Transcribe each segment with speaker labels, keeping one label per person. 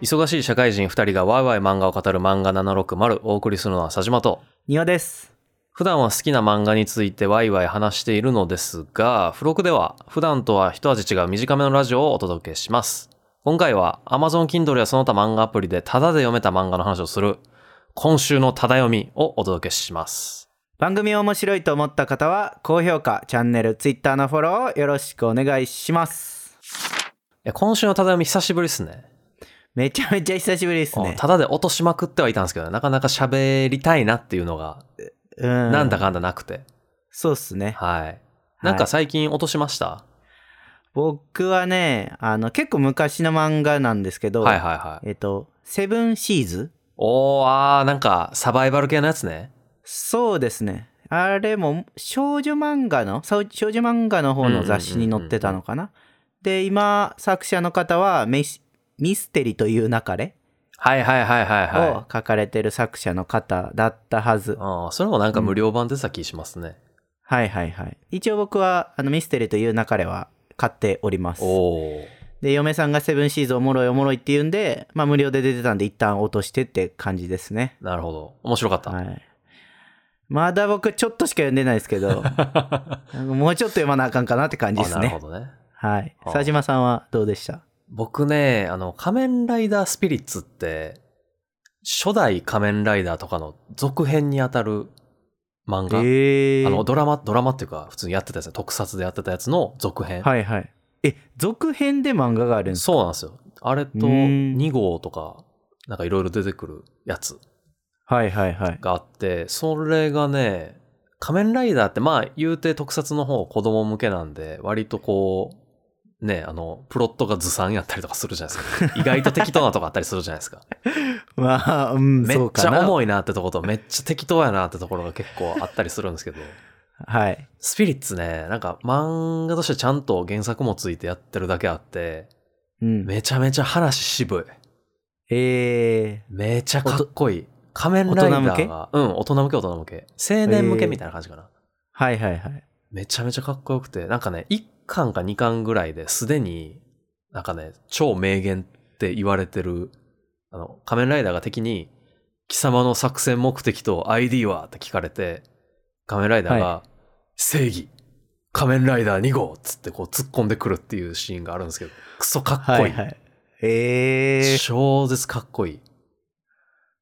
Speaker 1: 忙しい社会人2人がワイワイ漫画を語る漫画760お送りするのは佐島と
Speaker 2: 庭です。
Speaker 1: 普段は好きな漫画についてワイワイ話しているのですが付録では普段とは一味違う短めのラジオをお届けします今回は Amazon Kindle やその他漫画アプリでタダで読めた漫画の話をする今週のタダ読みをお届けします
Speaker 2: 番組を面白いと思った方は、高評価、チャンネル、ツイッターのフォローをよろしくお願いします。
Speaker 1: いや今週のタダ読み久しぶりですね
Speaker 2: めちゃめちゃ久しぶりですね。
Speaker 1: タダで落としまくってはいたんですけどねなかなか喋りたいなっていうのが
Speaker 2: うん
Speaker 1: なんだ。かんだなくて、
Speaker 2: そうっすね。
Speaker 1: はいなんか
Speaker 2: はい
Speaker 1: 最近落としました、
Speaker 2: 僕はね、あの、結構昔の漫画なんですけど、
Speaker 1: はいはいはい。
Speaker 2: えっと、セブンシーズ
Speaker 1: おー、あー、なんか、サバイバル系のやつね。
Speaker 2: そうですね。あれも少女漫画のそう少女漫画の方の雑誌に載ってたのかな。で今作者の方はメシミステリという流れ
Speaker 1: はいはいはいはい
Speaker 2: を
Speaker 1: は
Speaker 2: 書かれてる作者の方だったはず。
Speaker 1: い。うん、それもなんか無料版出てた気しますね。
Speaker 2: はいはいはい。一応僕はあのミステリという流れは買っております。
Speaker 1: おー。
Speaker 2: で嫁さんがセブンシーズンおもろいおもろいって言うんで、まあ、無料で出てたんで一旦落としてって感じですね。
Speaker 1: なるほど。面白かった。
Speaker 2: はい。まだ僕ちょっとしか読んでないですけ ど、なんかもうちょっと読まなあかんかなって感じで
Speaker 1: あ
Speaker 2: す
Speaker 1: なるほ
Speaker 2: ね。
Speaker 1: どね。
Speaker 2: はい。
Speaker 1: あ
Speaker 2: 佐島さんはどうでした
Speaker 1: 僕ね、あの、仮面ライダースピリッツって、初代仮面ライダーとかの続編にあたる漫画。
Speaker 2: ええ
Speaker 1: あの、ドラマ、ドラマっていうか、普通にやってたやつね。特撮でやってたやつの続編。
Speaker 2: はいはい。え、続編で漫画があるんです
Speaker 1: そうなんですよ。あれと
Speaker 2: うーん
Speaker 1: 2号とか、なんかいろいろ出てくるやつ。
Speaker 2: はいはいはい。
Speaker 1: があって、それがね、仮面ライダーってまあ言うて特撮の方子供向けなんで、割とこう、ね、あの、プロットがずさんやったりとかするじゃないです か。意外と適当なとこあったりするじゃないですか。
Speaker 2: まあ、うん、
Speaker 1: めっ
Speaker 2: そう
Speaker 1: ち
Speaker 2: か
Speaker 1: ゃ
Speaker 2: な。
Speaker 1: 重いなってとこと、めっちゃ適当やなってところが結構あったりするんですけど、
Speaker 2: はい。
Speaker 1: スピリッツね、なんか漫画としてちゃんと原作もついてやってるだけあって、
Speaker 2: うん、
Speaker 1: めちゃめちゃ話渋い。
Speaker 2: え
Speaker 1: めちゃかっこいい。仮面ライダーが、うん、大人向け大人向け。青年向けみたいな感じかな。
Speaker 2: ー、はいはいはい。
Speaker 1: めちゃめちゃかっこよくて、なんかね、1巻か2巻ぐらいですでに、なんかね、超名言って言われてる、あの、仮面ライダーが敵に、貴様の作戦目的と ID はって聞かれて、仮面ライダーが、正義、仮面ライダー2号っつってこう突っ込んでくるっていうシーンがあるんですけど、クソかっこいい。
Speaker 2: はいはい。えー、
Speaker 1: 超絶かっこいい。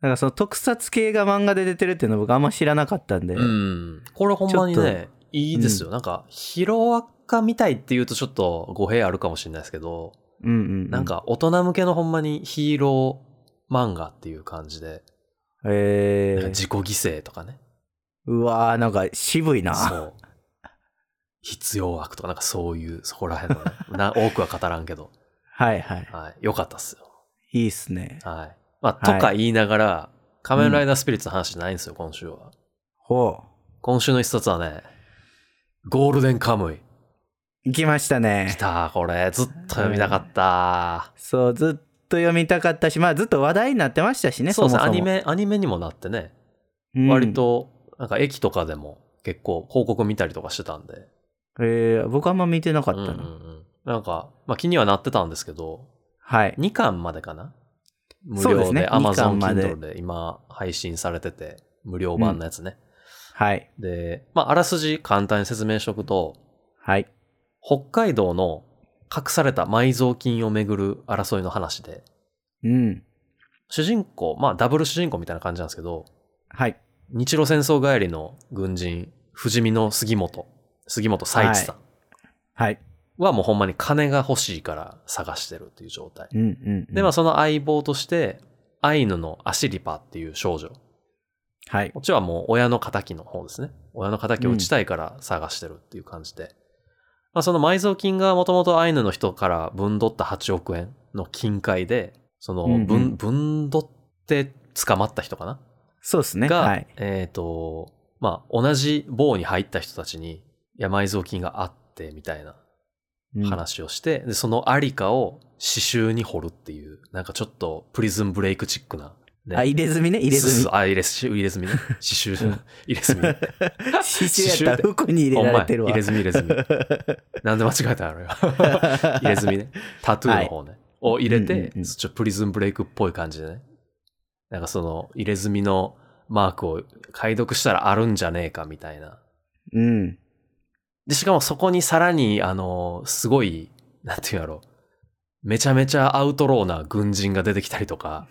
Speaker 2: なんかその特撮系が漫画で出てるっていうの僕あんま知らなかったんで、
Speaker 1: うん。これほんまに
Speaker 2: ちょ
Speaker 1: ね、いいですよ。なんか、ヒロアカみたいっていうとちょっと語弊あるかもしれないですけど、
Speaker 2: うんうん
Speaker 1: なん、か大人向けのほんまにヒーロー漫画っていう感じで、
Speaker 2: え
Speaker 1: なんか
Speaker 2: ー、
Speaker 1: 自己犠牲とかね。
Speaker 2: うわーなんか渋いな
Speaker 1: そう。必要悪とか、なんかそういう、そこら辺 のね。な多くは語らんけど。
Speaker 2: はいはい
Speaker 1: はい。よかったっすよ。
Speaker 2: いいっすね
Speaker 1: はい。まあ、
Speaker 2: はい
Speaker 1: とか言いながら、仮面ライダースピリッツの話じゃないんですよ、今週は。
Speaker 2: ほ
Speaker 1: 今週の一冊はね、ゴールデンカムイ。
Speaker 2: う行きました
Speaker 1: 来
Speaker 2: ね
Speaker 1: た、これ。ずっと読みたかった。
Speaker 2: そうずっと読みたかったしまあずっと話題になってましたしね
Speaker 1: そうですね。
Speaker 2: も
Speaker 1: ア
Speaker 2: も
Speaker 1: ニメ、アニメにもなってね。
Speaker 2: うん
Speaker 1: 割と、なんか駅とかでも結構広告見たりとかしてたんで。
Speaker 2: えー、僕あんま見てなかったな、
Speaker 1: うんうんうんなんか、まあ気にはなってたんですけど、
Speaker 2: はい
Speaker 1: 2巻までかな無
Speaker 2: そうで
Speaker 1: 料
Speaker 2: すね
Speaker 1: で Amazon
Speaker 2: 二巻まで
Speaker 1: Kindle で今配信されてて、無料版のやつね。
Speaker 2: はい
Speaker 1: で、まああらすじ簡単に説明しとくと、
Speaker 2: はい
Speaker 1: 北海道の隠された埋蔵金をめぐる争いの話で、
Speaker 2: うん
Speaker 1: 主人公、まあダブル主人公みたいな感じなんですけど、
Speaker 2: はい
Speaker 1: 日露戦争帰りの軍人、不死身の杉本、杉本佐一さん。
Speaker 2: はい
Speaker 1: はもうほんまに金が欲しいから探してるっていう状態。
Speaker 2: うんうん、うん、
Speaker 1: で、まあその相棒として、アイヌのアシリパっていう少女。
Speaker 2: はい
Speaker 1: こっちはもう親の仇の方ですね。親の仇を打ちたいから探してるっていう感じで。まあその埋蔵金がもともとアイヌの人から分取った8億円の金塊で、その分、
Speaker 2: うんうん
Speaker 1: 分取って捕まった人かな
Speaker 2: そうですね
Speaker 1: が、
Speaker 2: はい
Speaker 1: えっ、と、まあ同じ棒に入った人たちに、いや埋蔵金があってみたいな
Speaker 2: うん
Speaker 1: 話をして、でそのありかを刺繍に掘るっていうなんかちょっとプリズンブレイクチックな、ね
Speaker 2: あ入れ墨ね入れ
Speaker 1: そう
Speaker 2: 墨
Speaker 1: そうあ入れ墨入れ墨ね刺繍、
Speaker 2: うん
Speaker 1: 入れ 墨
Speaker 2: 刺繍やったら服に入れられてるわ
Speaker 1: ほんまや入 れ墨入れ墨なんで間違えたのよ入れ墨ねタトゥーの方ね、を入れて、
Speaker 2: うんうんうん
Speaker 1: ちょっとプリズンブレイクっぽい感じでね。なんかその入れ墨のマークを解読したらあるんじゃねえかみたいな。
Speaker 2: うん。
Speaker 1: で、しかもそこにさらに、あの、すごい、なんていうんやろめちゃめちゃアウトローな軍人が出てきたりと か、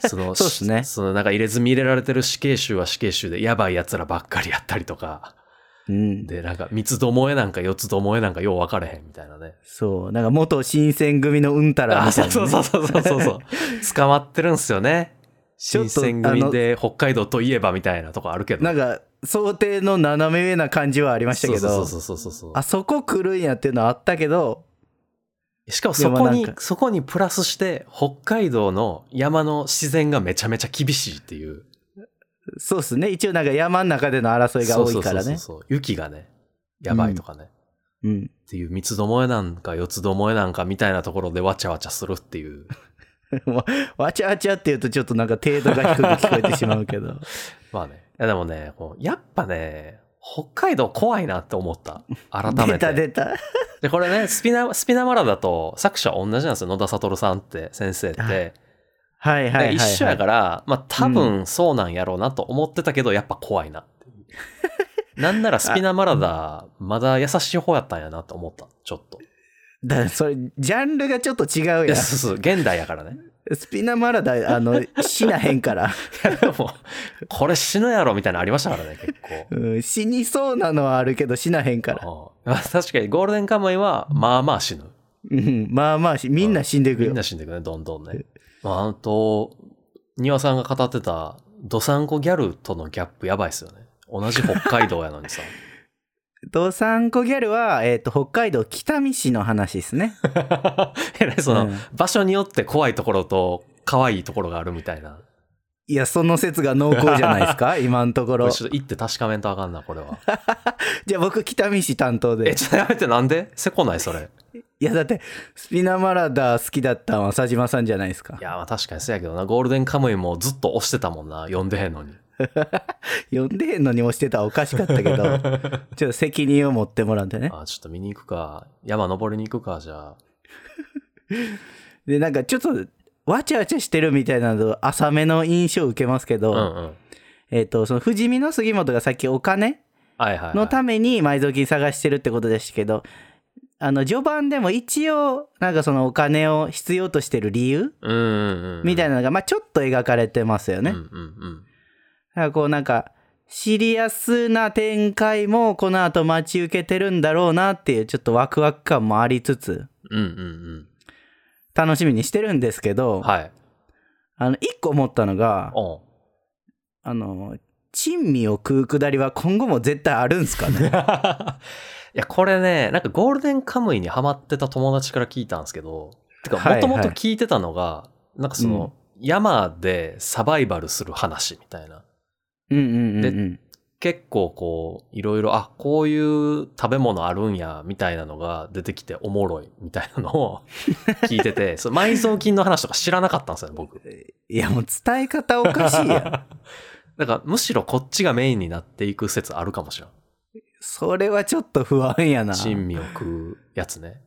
Speaker 1: その、
Speaker 2: そうっすね
Speaker 1: そのなんか入れ墨入れられてる死刑囚は死刑囚でやばい奴らばっかりやったりとか、
Speaker 2: うん。
Speaker 1: で、なんか三つどもえなんか四つどもえなんかよう分かれへんみたいなね。
Speaker 2: そう。なんか元新選組のうんたら
Speaker 1: あ、
Speaker 2: みたい
Speaker 1: そ
Speaker 2: な、
Speaker 1: う
Speaker 2: ね。
Speaker 1: そうそうそうそうそうそう。捕まってるんすよね。
Speaker 2: ちょっ
Speaker 1: 新選
Speaker 2: と
Speaker 1: 組で北海道といえばみたいなとこあるけど。
Speaker 2: なんか想定の斜め上な感じはありましたけど
Speaker 1: そうそうそうそうそうそう
Speaker 2: あそこ来るんやっていうのはあったけど
Speaker 1: しかもそこ
Speaker 2: いや
Speaker 1: に
Speaker 2: まあなん、か
Speaker 1: そこにプラスして、北海道の山の自然がめちゃめちゃ厳しいっていう。
Speaker 2: そうっすね一応なんか山の中での争いが多いから
Speaker 1: そうそうそう
Speaker 2: ね
Speaker 1: そう雪がね、やばいとかね。
Speaker 2: うん
Speaker 1: っていう三つどもえなんか四つどもえなんかみたいなところでわちゃわちゃするっていう。
Speaker 2: わわちゃわちゃっていうとちょっとなんか程度が低く聞こえてしまうけど
Speaker 1: まあね。いやでもね、こうやっぱね、北海道怖いなって思った。改め
Speaker 2: 出た
Speaker 1: て。
Speaker 2: 出た
Speaker 1: で、これね、スピナ、スピナマラだと作者同じなんですよ。野田悟さんって先生って。
Speaker 2: はいはいはいはい、はい、
Speaker 1: 一緒やから、まあ多
Speaker 2: う
Speaker 1: 分そうなんやろうなと思ってたけど、やっぱ怖いなっていう。なんならスピナマラダ、まだ優しい方やったんやなと思った、ちょっと。
Speaker 2: だそれジャンルがちょっと違う
Speaker 1: いや、
Speaker 2: やん
Speaker 1: そうそう、現代やからね。
Speaker 2: スピナマラダあの死なへんから、
Speaker 1: いや、でも、 これ死ぬやろみたいなのありましたからね、結構。
Speaker 2: うん、死にそうなのはあるけど死なへんから、
Speaker 1: うんまあ確かにゴールデンカムイは、まあまあ死ぬ。
Speaker 2: うん、まあまあしみんな死んでいく
Speaker 1: み
Speaker 2: よ
Speaker 1: んな死んでいくね、どんどんね。まあ、あと、庭さんが語ってた、ドサンコギャルとのギャップやばいっすよね。同じ北海道やのにさ。
Speaker 2: ドサンコギャルは、えー、と北海道北見市の話で すね
Speaker 1: えらいその、
Speaker 2: うん
Speaker 1: 場所によって怖いところと可愛いところがあるみたいな。
Speaker 2: いやその説が濃厚じゃないです か今のとこ
Speaker 1: こ
Speaker 2: ろ
Speaker 1: れちょっと行って確かめんとあかんな、これは。
Speaker 2: じゃあ僕北見市担当
Speaker 1: え、
Speaker 2: で
Speaker 1: ちょっとやめて、なんでせこない、それ。
Speaker 2: いやだってスピナマラダ好きだったのは佐島さんじゃないですか
Speaker 1: いや、まあ確かにそうやけどな、ゴールデンカムイもずっと押してたもんな、読んでへんのに。
Speaker 2: 呼んでへんのに押してたらおかしかったけ どちょっと責任を持ってもらうんでね
Speaker 1: あ、ちょっと見に行くか。山登りに行くか、じゃあ。
Speaker 2: でなんかちょっとわちゃわちゃしてるみたいなの浅めの印象を受けますけど、
Speaker 1: うんうん。
Speaker 2: えっ、とその富士見の杉本がさっきお金
Speaker 1: はいはい、はい。
Speaker 2: のために埋蔵金探してるってことでしたけどあの序盤でも一応なんかそのお金を必要としてる理由
Speaker 1: うんうんうん。
Speaker 2: みた
Speaker 1: い
Speaker 2: いなのがまあちょっと描かれてますよね。
Speaker 1: うん
Speaker 2: だ
Speaker 1: うんうん。
Speaker 2: からこうなんかシリアスな展開もこの後待ち受けてるんだろうなっていうちょっとワクワク感もありつつ
Speaker 1: うんうん
Speaker 2: 楽しみにしてるんですけ
Speaker 1: う
Speaker 2: ど、
Speaker 1: ん。はい。
Speaker 2: あの一個思ったのが
Speaker 1: おん。
Speaker 2: あの珍味を食うくだりは今後も絶対あるんすかね。
Speaker 1: いや、これね、なんかゴールデンカムイにハマってた友達から聞いたんですけど、てか、
Speaker 2: はいは
Speaker 1: もと
Speaker 2: い
Speaker 1: もと聞いてたのが、なんかその、山でサバイバルする話みたいな。
Speaker 2: うんうんうんうん。
Speaker 1: 結構こう、いろいろ、あ、こういう食べ物あるんや、みたいなのが出てきておもろい、みたいなの を聞いてて、その埋蔵金の話とか知らなかったんですよね、僕。
Speaker 2: いやもう伝え方おかしいやん。
Speaker 1: だから、むしろこっちがメインになっていく説あるかもしれん。
Speaker 2: それはちょっと不安やな。
Speaker 1: 珍味を食うやつね。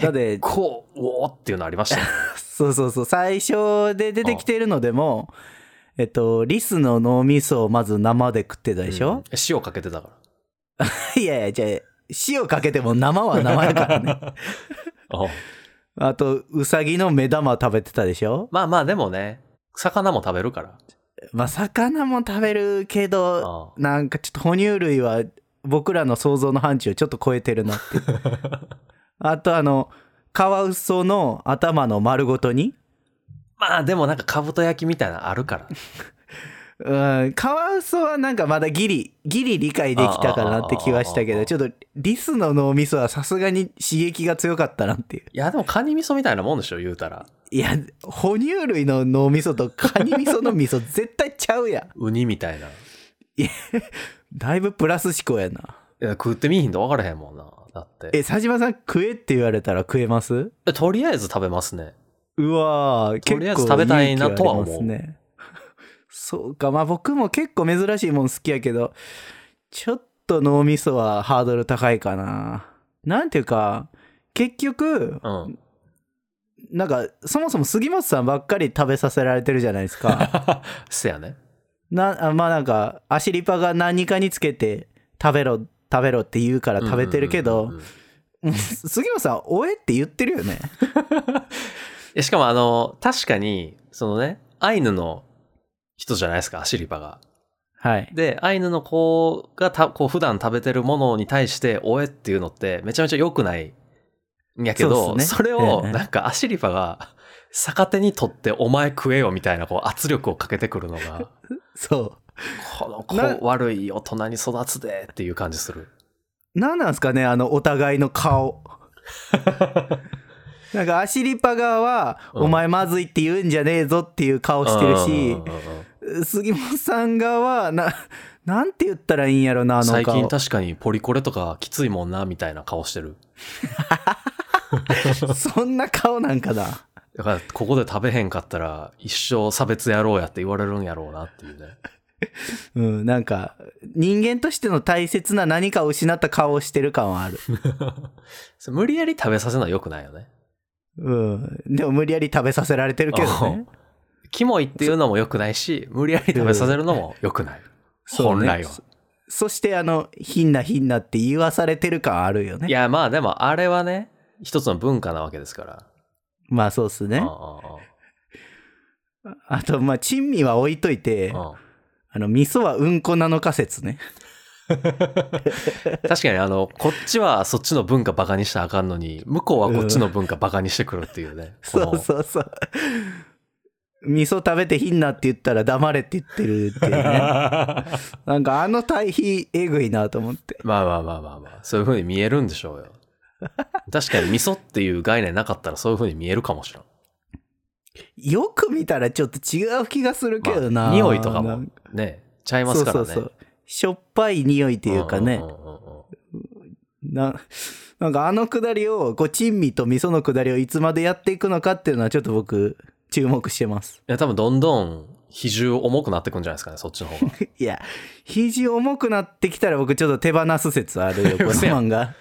Speaker 2: だって
Speaker 1: こう、おおっていうのありましたね。
Speaker 2: そうそうそう最初で出てきてるのでもえっとリスの脳みそをまず生で食ってたでし
Speaker 1: うん
Speaker 2: ょ、
Speaker 1: 塩かけてたか
Speaker 2: いやいやじゃあ塩かけても生は生やか らね
Speaker 1: ら。おう
Speaker 2: あとウサギの目玉食べてたでしょ
Speaker 1: まあまあ、でもね、魚も食べるから。
Speaker 2: まあ魚も食べるけど
Speaker 1: あ
Speaker 2: なんかちょっと哺乳類は僕らの想像の範疇をちょっと超えてるなって あとあのカワウソの頭の丸ごとに
Speaker 1: まあ、でもなんか、かぶと焼きみたいなのあるから。
Speaker 2: うん、カワウソはなんかまだギリギリ理解できたかなって気はしたけ
Speaker 1: あああああ
Speaker 2: ど
Speaker 1: あ
Speaker 2: ちょっとリスの脳みそはさすがに刺激が強かったなっていう
Speaker 1: いや、でも、カニ味噌みたいなもんでしょ、言うたら。
Speaker 2: いや哺乳類の脳みそとカニ味噌の味噌絶対ちゃうやん
Speaker 1: ウニみたいな。い
Speaker 2: だいぶプラス思考やな
Speaker 1: や食ってみいひんと分からへんもんな。だって。
Speaker 2: え佐島さん食えって言われたら食えます
Speaker 1: えとりあえず食べますね。
Speaker 2: うわー
Speaker 1: と
Speaker 2: 結
Speaker 1: りあえ
Speaker 2: 構
Speaker 1: ず食べたいなとは思う
Speaker 2: 勇気ありますね そうかまあ僕も結構珍しいもん好きやけどちょっと脳みそはハードル高いかななんていうか結局
Speaker 1: うん。
Speaker 2: なんかそもそも杉本さんばっかり食べさせられてるじゃないです か
Speaker 1: せやね。
Speaker 2: なあまあなんかアシリパが何かにつけて食べろ食べろって言うから 食べてるけ
Speaker 1: うんう
Speaker 2: ど
Speaker 1: んうんうん
Speaker 2: 杉本さん「おえ」って言ってるよね
Speaker 1: えしかもあの、確かに、そのね、アイヌの人じゃないですか、アシリパが。
Speaker 2: はい
Speaker 1: で、アイヌの子がたこう普段食べてるものに対して、おえっていうのってめちゃめちゃ良くないんやけど、
Speaker 2: そ
Speaker 1: そ,、
Speaker 2: うっすね
Speaker 1: れを
Speaker 2: ええ
Speaker 1: なんかアシリパが逆手に取ってお前食えよみたいなこう圧力をかけてくるのが、
Speaker 2: そ
Speaker 1: この
Speaker 2: な
Speaker 1: 子悪い大人に育つでっていう感じする。
Speaker 2: うなんなんすかねあのお互い の顔なんかアシリパ側は「
Speaker 1: うん
Speaker 2: お前まずいって言うんじゃねえぞ」っていう顔してるし
Speaker 1: うんうんうんうん
Speaker 2: 杉本さん側はななんて言ったらいいんやろなあの顔
Speaker 1: 最近確かにポリコレとかきついもんなみたいな顔してる。
Speaker 2: そんな顔なんかな
Speaker 1: だからここで食べへんかったら一生差別やろうやって言われるんやろうなっていう ね。
Speaker 2: うんなんか人間としての大切な何かを失った顔をしてる感はある
Speaker 1: それ無理やり食べさせるのは良くないよね。
Speaker 2: うん。でも無理やり食べさせられてるけどね。
Speaker 1: キモいっていうのも良くないし、無理やり食べさせるのも良くない。
Speaker 2: そう
Speaker 1: 本
Speaker 2: ね
Speaker 1: 来は。
Speaker 2: そしてあの、ひんなひんなって言わされてる感あるよね。
Speaker 1: いや、まあでもあれはね、一つの文化なわけですから。
Speaker 2: まあそうっすね
Speaker 1: うん。う
Speaker 2: あと、まあ、珍味は置いといて、
Speaker 1: んうんうん
Speaker 2: あの、味噌はうんこなのか説ね。
Speaker 1: 確かにあの、こっちはそっちの文化バカにしたらあかんのに、向こうはこっちの文化バカにしてくるっていうね。こ
Speaker 2: そ
Speaker 1: の
Speaker 2: うそうそう。味噌食べてひんなって言ったら黙れって言ってるってい うね。なんかあの対比えぐいなと思って。
Speaker 1: まあまあまあまあまあ、そういう風に見えるんでしょうよ。確かに味噌っていう概念なかったらそういう風に見えるかもしれん。
Speaker 2: よく見たらちょっと違う気がするけどな。
Speaker 1: まあ匂いとかも
Speaker 2: なん
Speaker 1: ね、ちゃいますからね。
Speaker 2: そうそうそう。しょっぱい匂いっていうかね。
Speaker 1: んんうんうん
Speaker 2: ななんかあのくだりをこう珍味と味噌のくだりをいつまでやっていくのかっていうのはちょっと僕注目してます
Speaker 1: いや、多分どんどん比重重くなってくんじゃないですかね、そっちの 方が。
Speaker 2: いや肘重くなってきたら僕ちょっと手放す説あるよこの
Speaker 1: 嘘や
Speaker 2: 漫画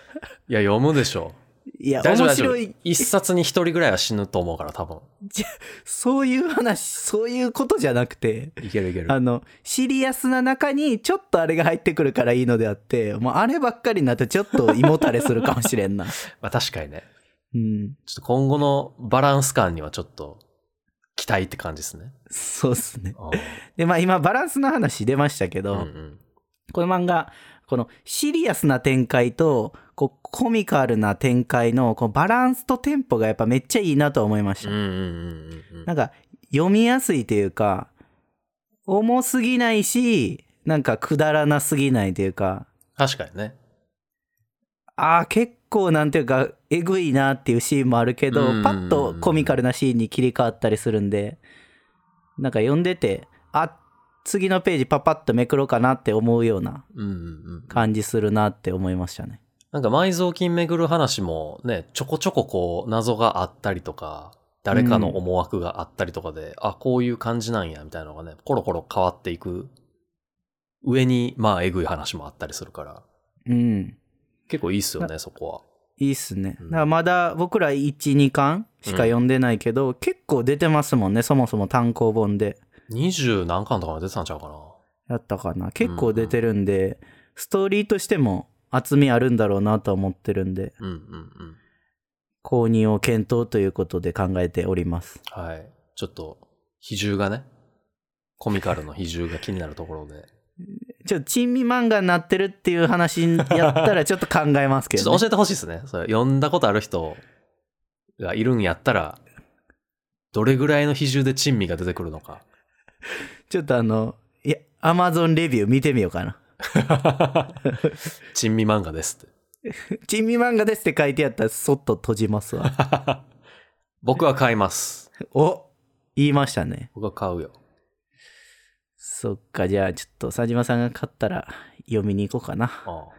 Speaker 1: いや、読むでしょ
Speaker 2: いや
Speaker 1: う。大丈夫、
Speaker 2: 面
Speaker 1: 大丈夫
Speaker 2: 白い。
Speaker 1: 一冊に一人ぐらいは死ぬと思うから、多分。
Speaker 2: そういう話そういうことじゃなくて
Speaker 1: いけるいける。
Speaker 2: あのシリアスな中にちょっとあれが入ってくるからいいのであってもうあればっかりになってちょっと胃もたれするかもしれ んな
Speaker 1: まあ確かにね。
Speaker 2: うん
Speaker 1: ちょっと今後のバランス感にはちょっと期待って感じですね。
Speaker 2: そうっすね
Speaker 1: うん
Speaker 2: でまあ今バランスの話出ましたけど、
Speaker 1: うんうん
Speaker 2: この漫画このシリアスな展開とこうコミカルな展開のこうバランスとテンポがやっぱめっちゃいいなと思いまし
Speaker 1: う
Speaker 2: た、
Speaker 1: んうんうん
Speaker 2: なんか読みやすいというか重すぎないしなんかくだらなすぎないというか
Speaker 1: 確かにね。
Speaker 2: ああ結構なんていうかえぐいなっていうシーンもあるけど
Speaker 1: うん
Speaker 2: パッとコミカルなシーンに切り替わったりするんでなんか読んでてあ次のページパパッとめくろうかなって思うような
Speaker 1: うんうんうん。
Speaker 2: 感じするなって思いましたね
Speaker 1: なんか埋蔵金巡る話もね、ちょこちょここう謎があったりとか、誰かの思惑があったりとかで、あ、こういう感じなんや、みたいなのがね、コロコロ変わっていく上に、まあ、えぐい話もあったりするから、
Speaker 2: うん。
Speaker 1: 結構いいっすよね、そこは。
Speaker 2: いいっすね。
Speaker 1: う
Speaker 2: だ
Speaker 1: ん
Speaker 2: からまだ僕ら1、2巻しか読んでないけど、結構出てますもんね、そもそも単行本で。
Speaker 1: 二十何巻とかまで出てたんちゃうかな。
Speaker 2: やったかな。結構出てるんで、ストーリーとしても厚みあるんだろうなとは思ってるんで、
Speaker 1: うんうんうん。
Speaker 2: 購入を検討ということで考えております。
Speaker 1: はい。ちょっと、比重がね、コミカルの比重が気になるところで。
Speaker 2: ちょっと珍味漫画になってるっていう話やった らちょっと考えますけ
Speaker 1: ち
Speaker 2: ど、
Speaker 1: ょっと教えてほしいですね。それ読んだことある人がいるんやったら、どれぐらいの比重で珍味が出てくるのか。
Speaker 2: ちょっとあの、いや、アマゾンレビュー見てみようかな。
Speaker 1: 珍味漫画です って。
Speaker 2: 珍味漫画ですって書いてあったらそっと閉じま すわ。
Speaker 1: 僕は買います。
Speaker 2: お言いましたね。
Speaker 1: 僕は買うよ。
Speaker 2: そっか、じゃあちょっと佐島さんが勝ったら読みに行こうかな。
Speaker 1: ああ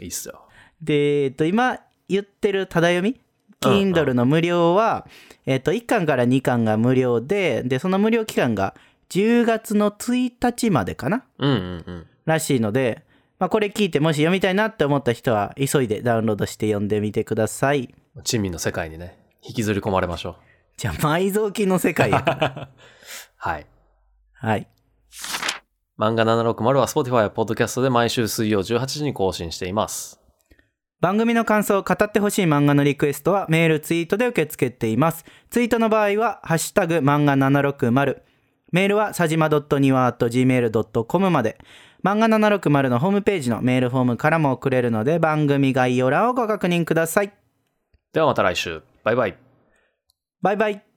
Speaker 1: いいっすよ。
Speaker 2: で、えっと、今言ってるただ読み
Speaker 1: うんうん
Speaker 2: Kindle の無料は、えっと、1巻から2巻が無料で、で、その無料期間が10月の1日までかな
Speaker 1: うんうんうん。
Speaker 2: らしいので、まあ、これ聞いてもし読みたいなって思った人は急いでダウンロードして読んでみてください。
Speaker 1: 珍味の世界にね、引きずり込まれましょ
Speaker 2: じゃあ埋蔵金の世 界や
Speaker 1: はい。
Speaker 2: はい
Speaker 1: 漫画760は Spotify や Podcast で毎週水曜18時に更新しています。
Speaker 2: 番組の感想語ってほしい漫画のリクエストはメールツイートで受け付けていますツイートの場合は「ハッシュタグ漫画760」メールはさじま .niwa.gmail.com まで漫画760のホームページのメールフォームからも送れるので番組概要欄をご確認ください
Speaker 1: ではまた来週。バイバイ。
Speaker 2: バイバイ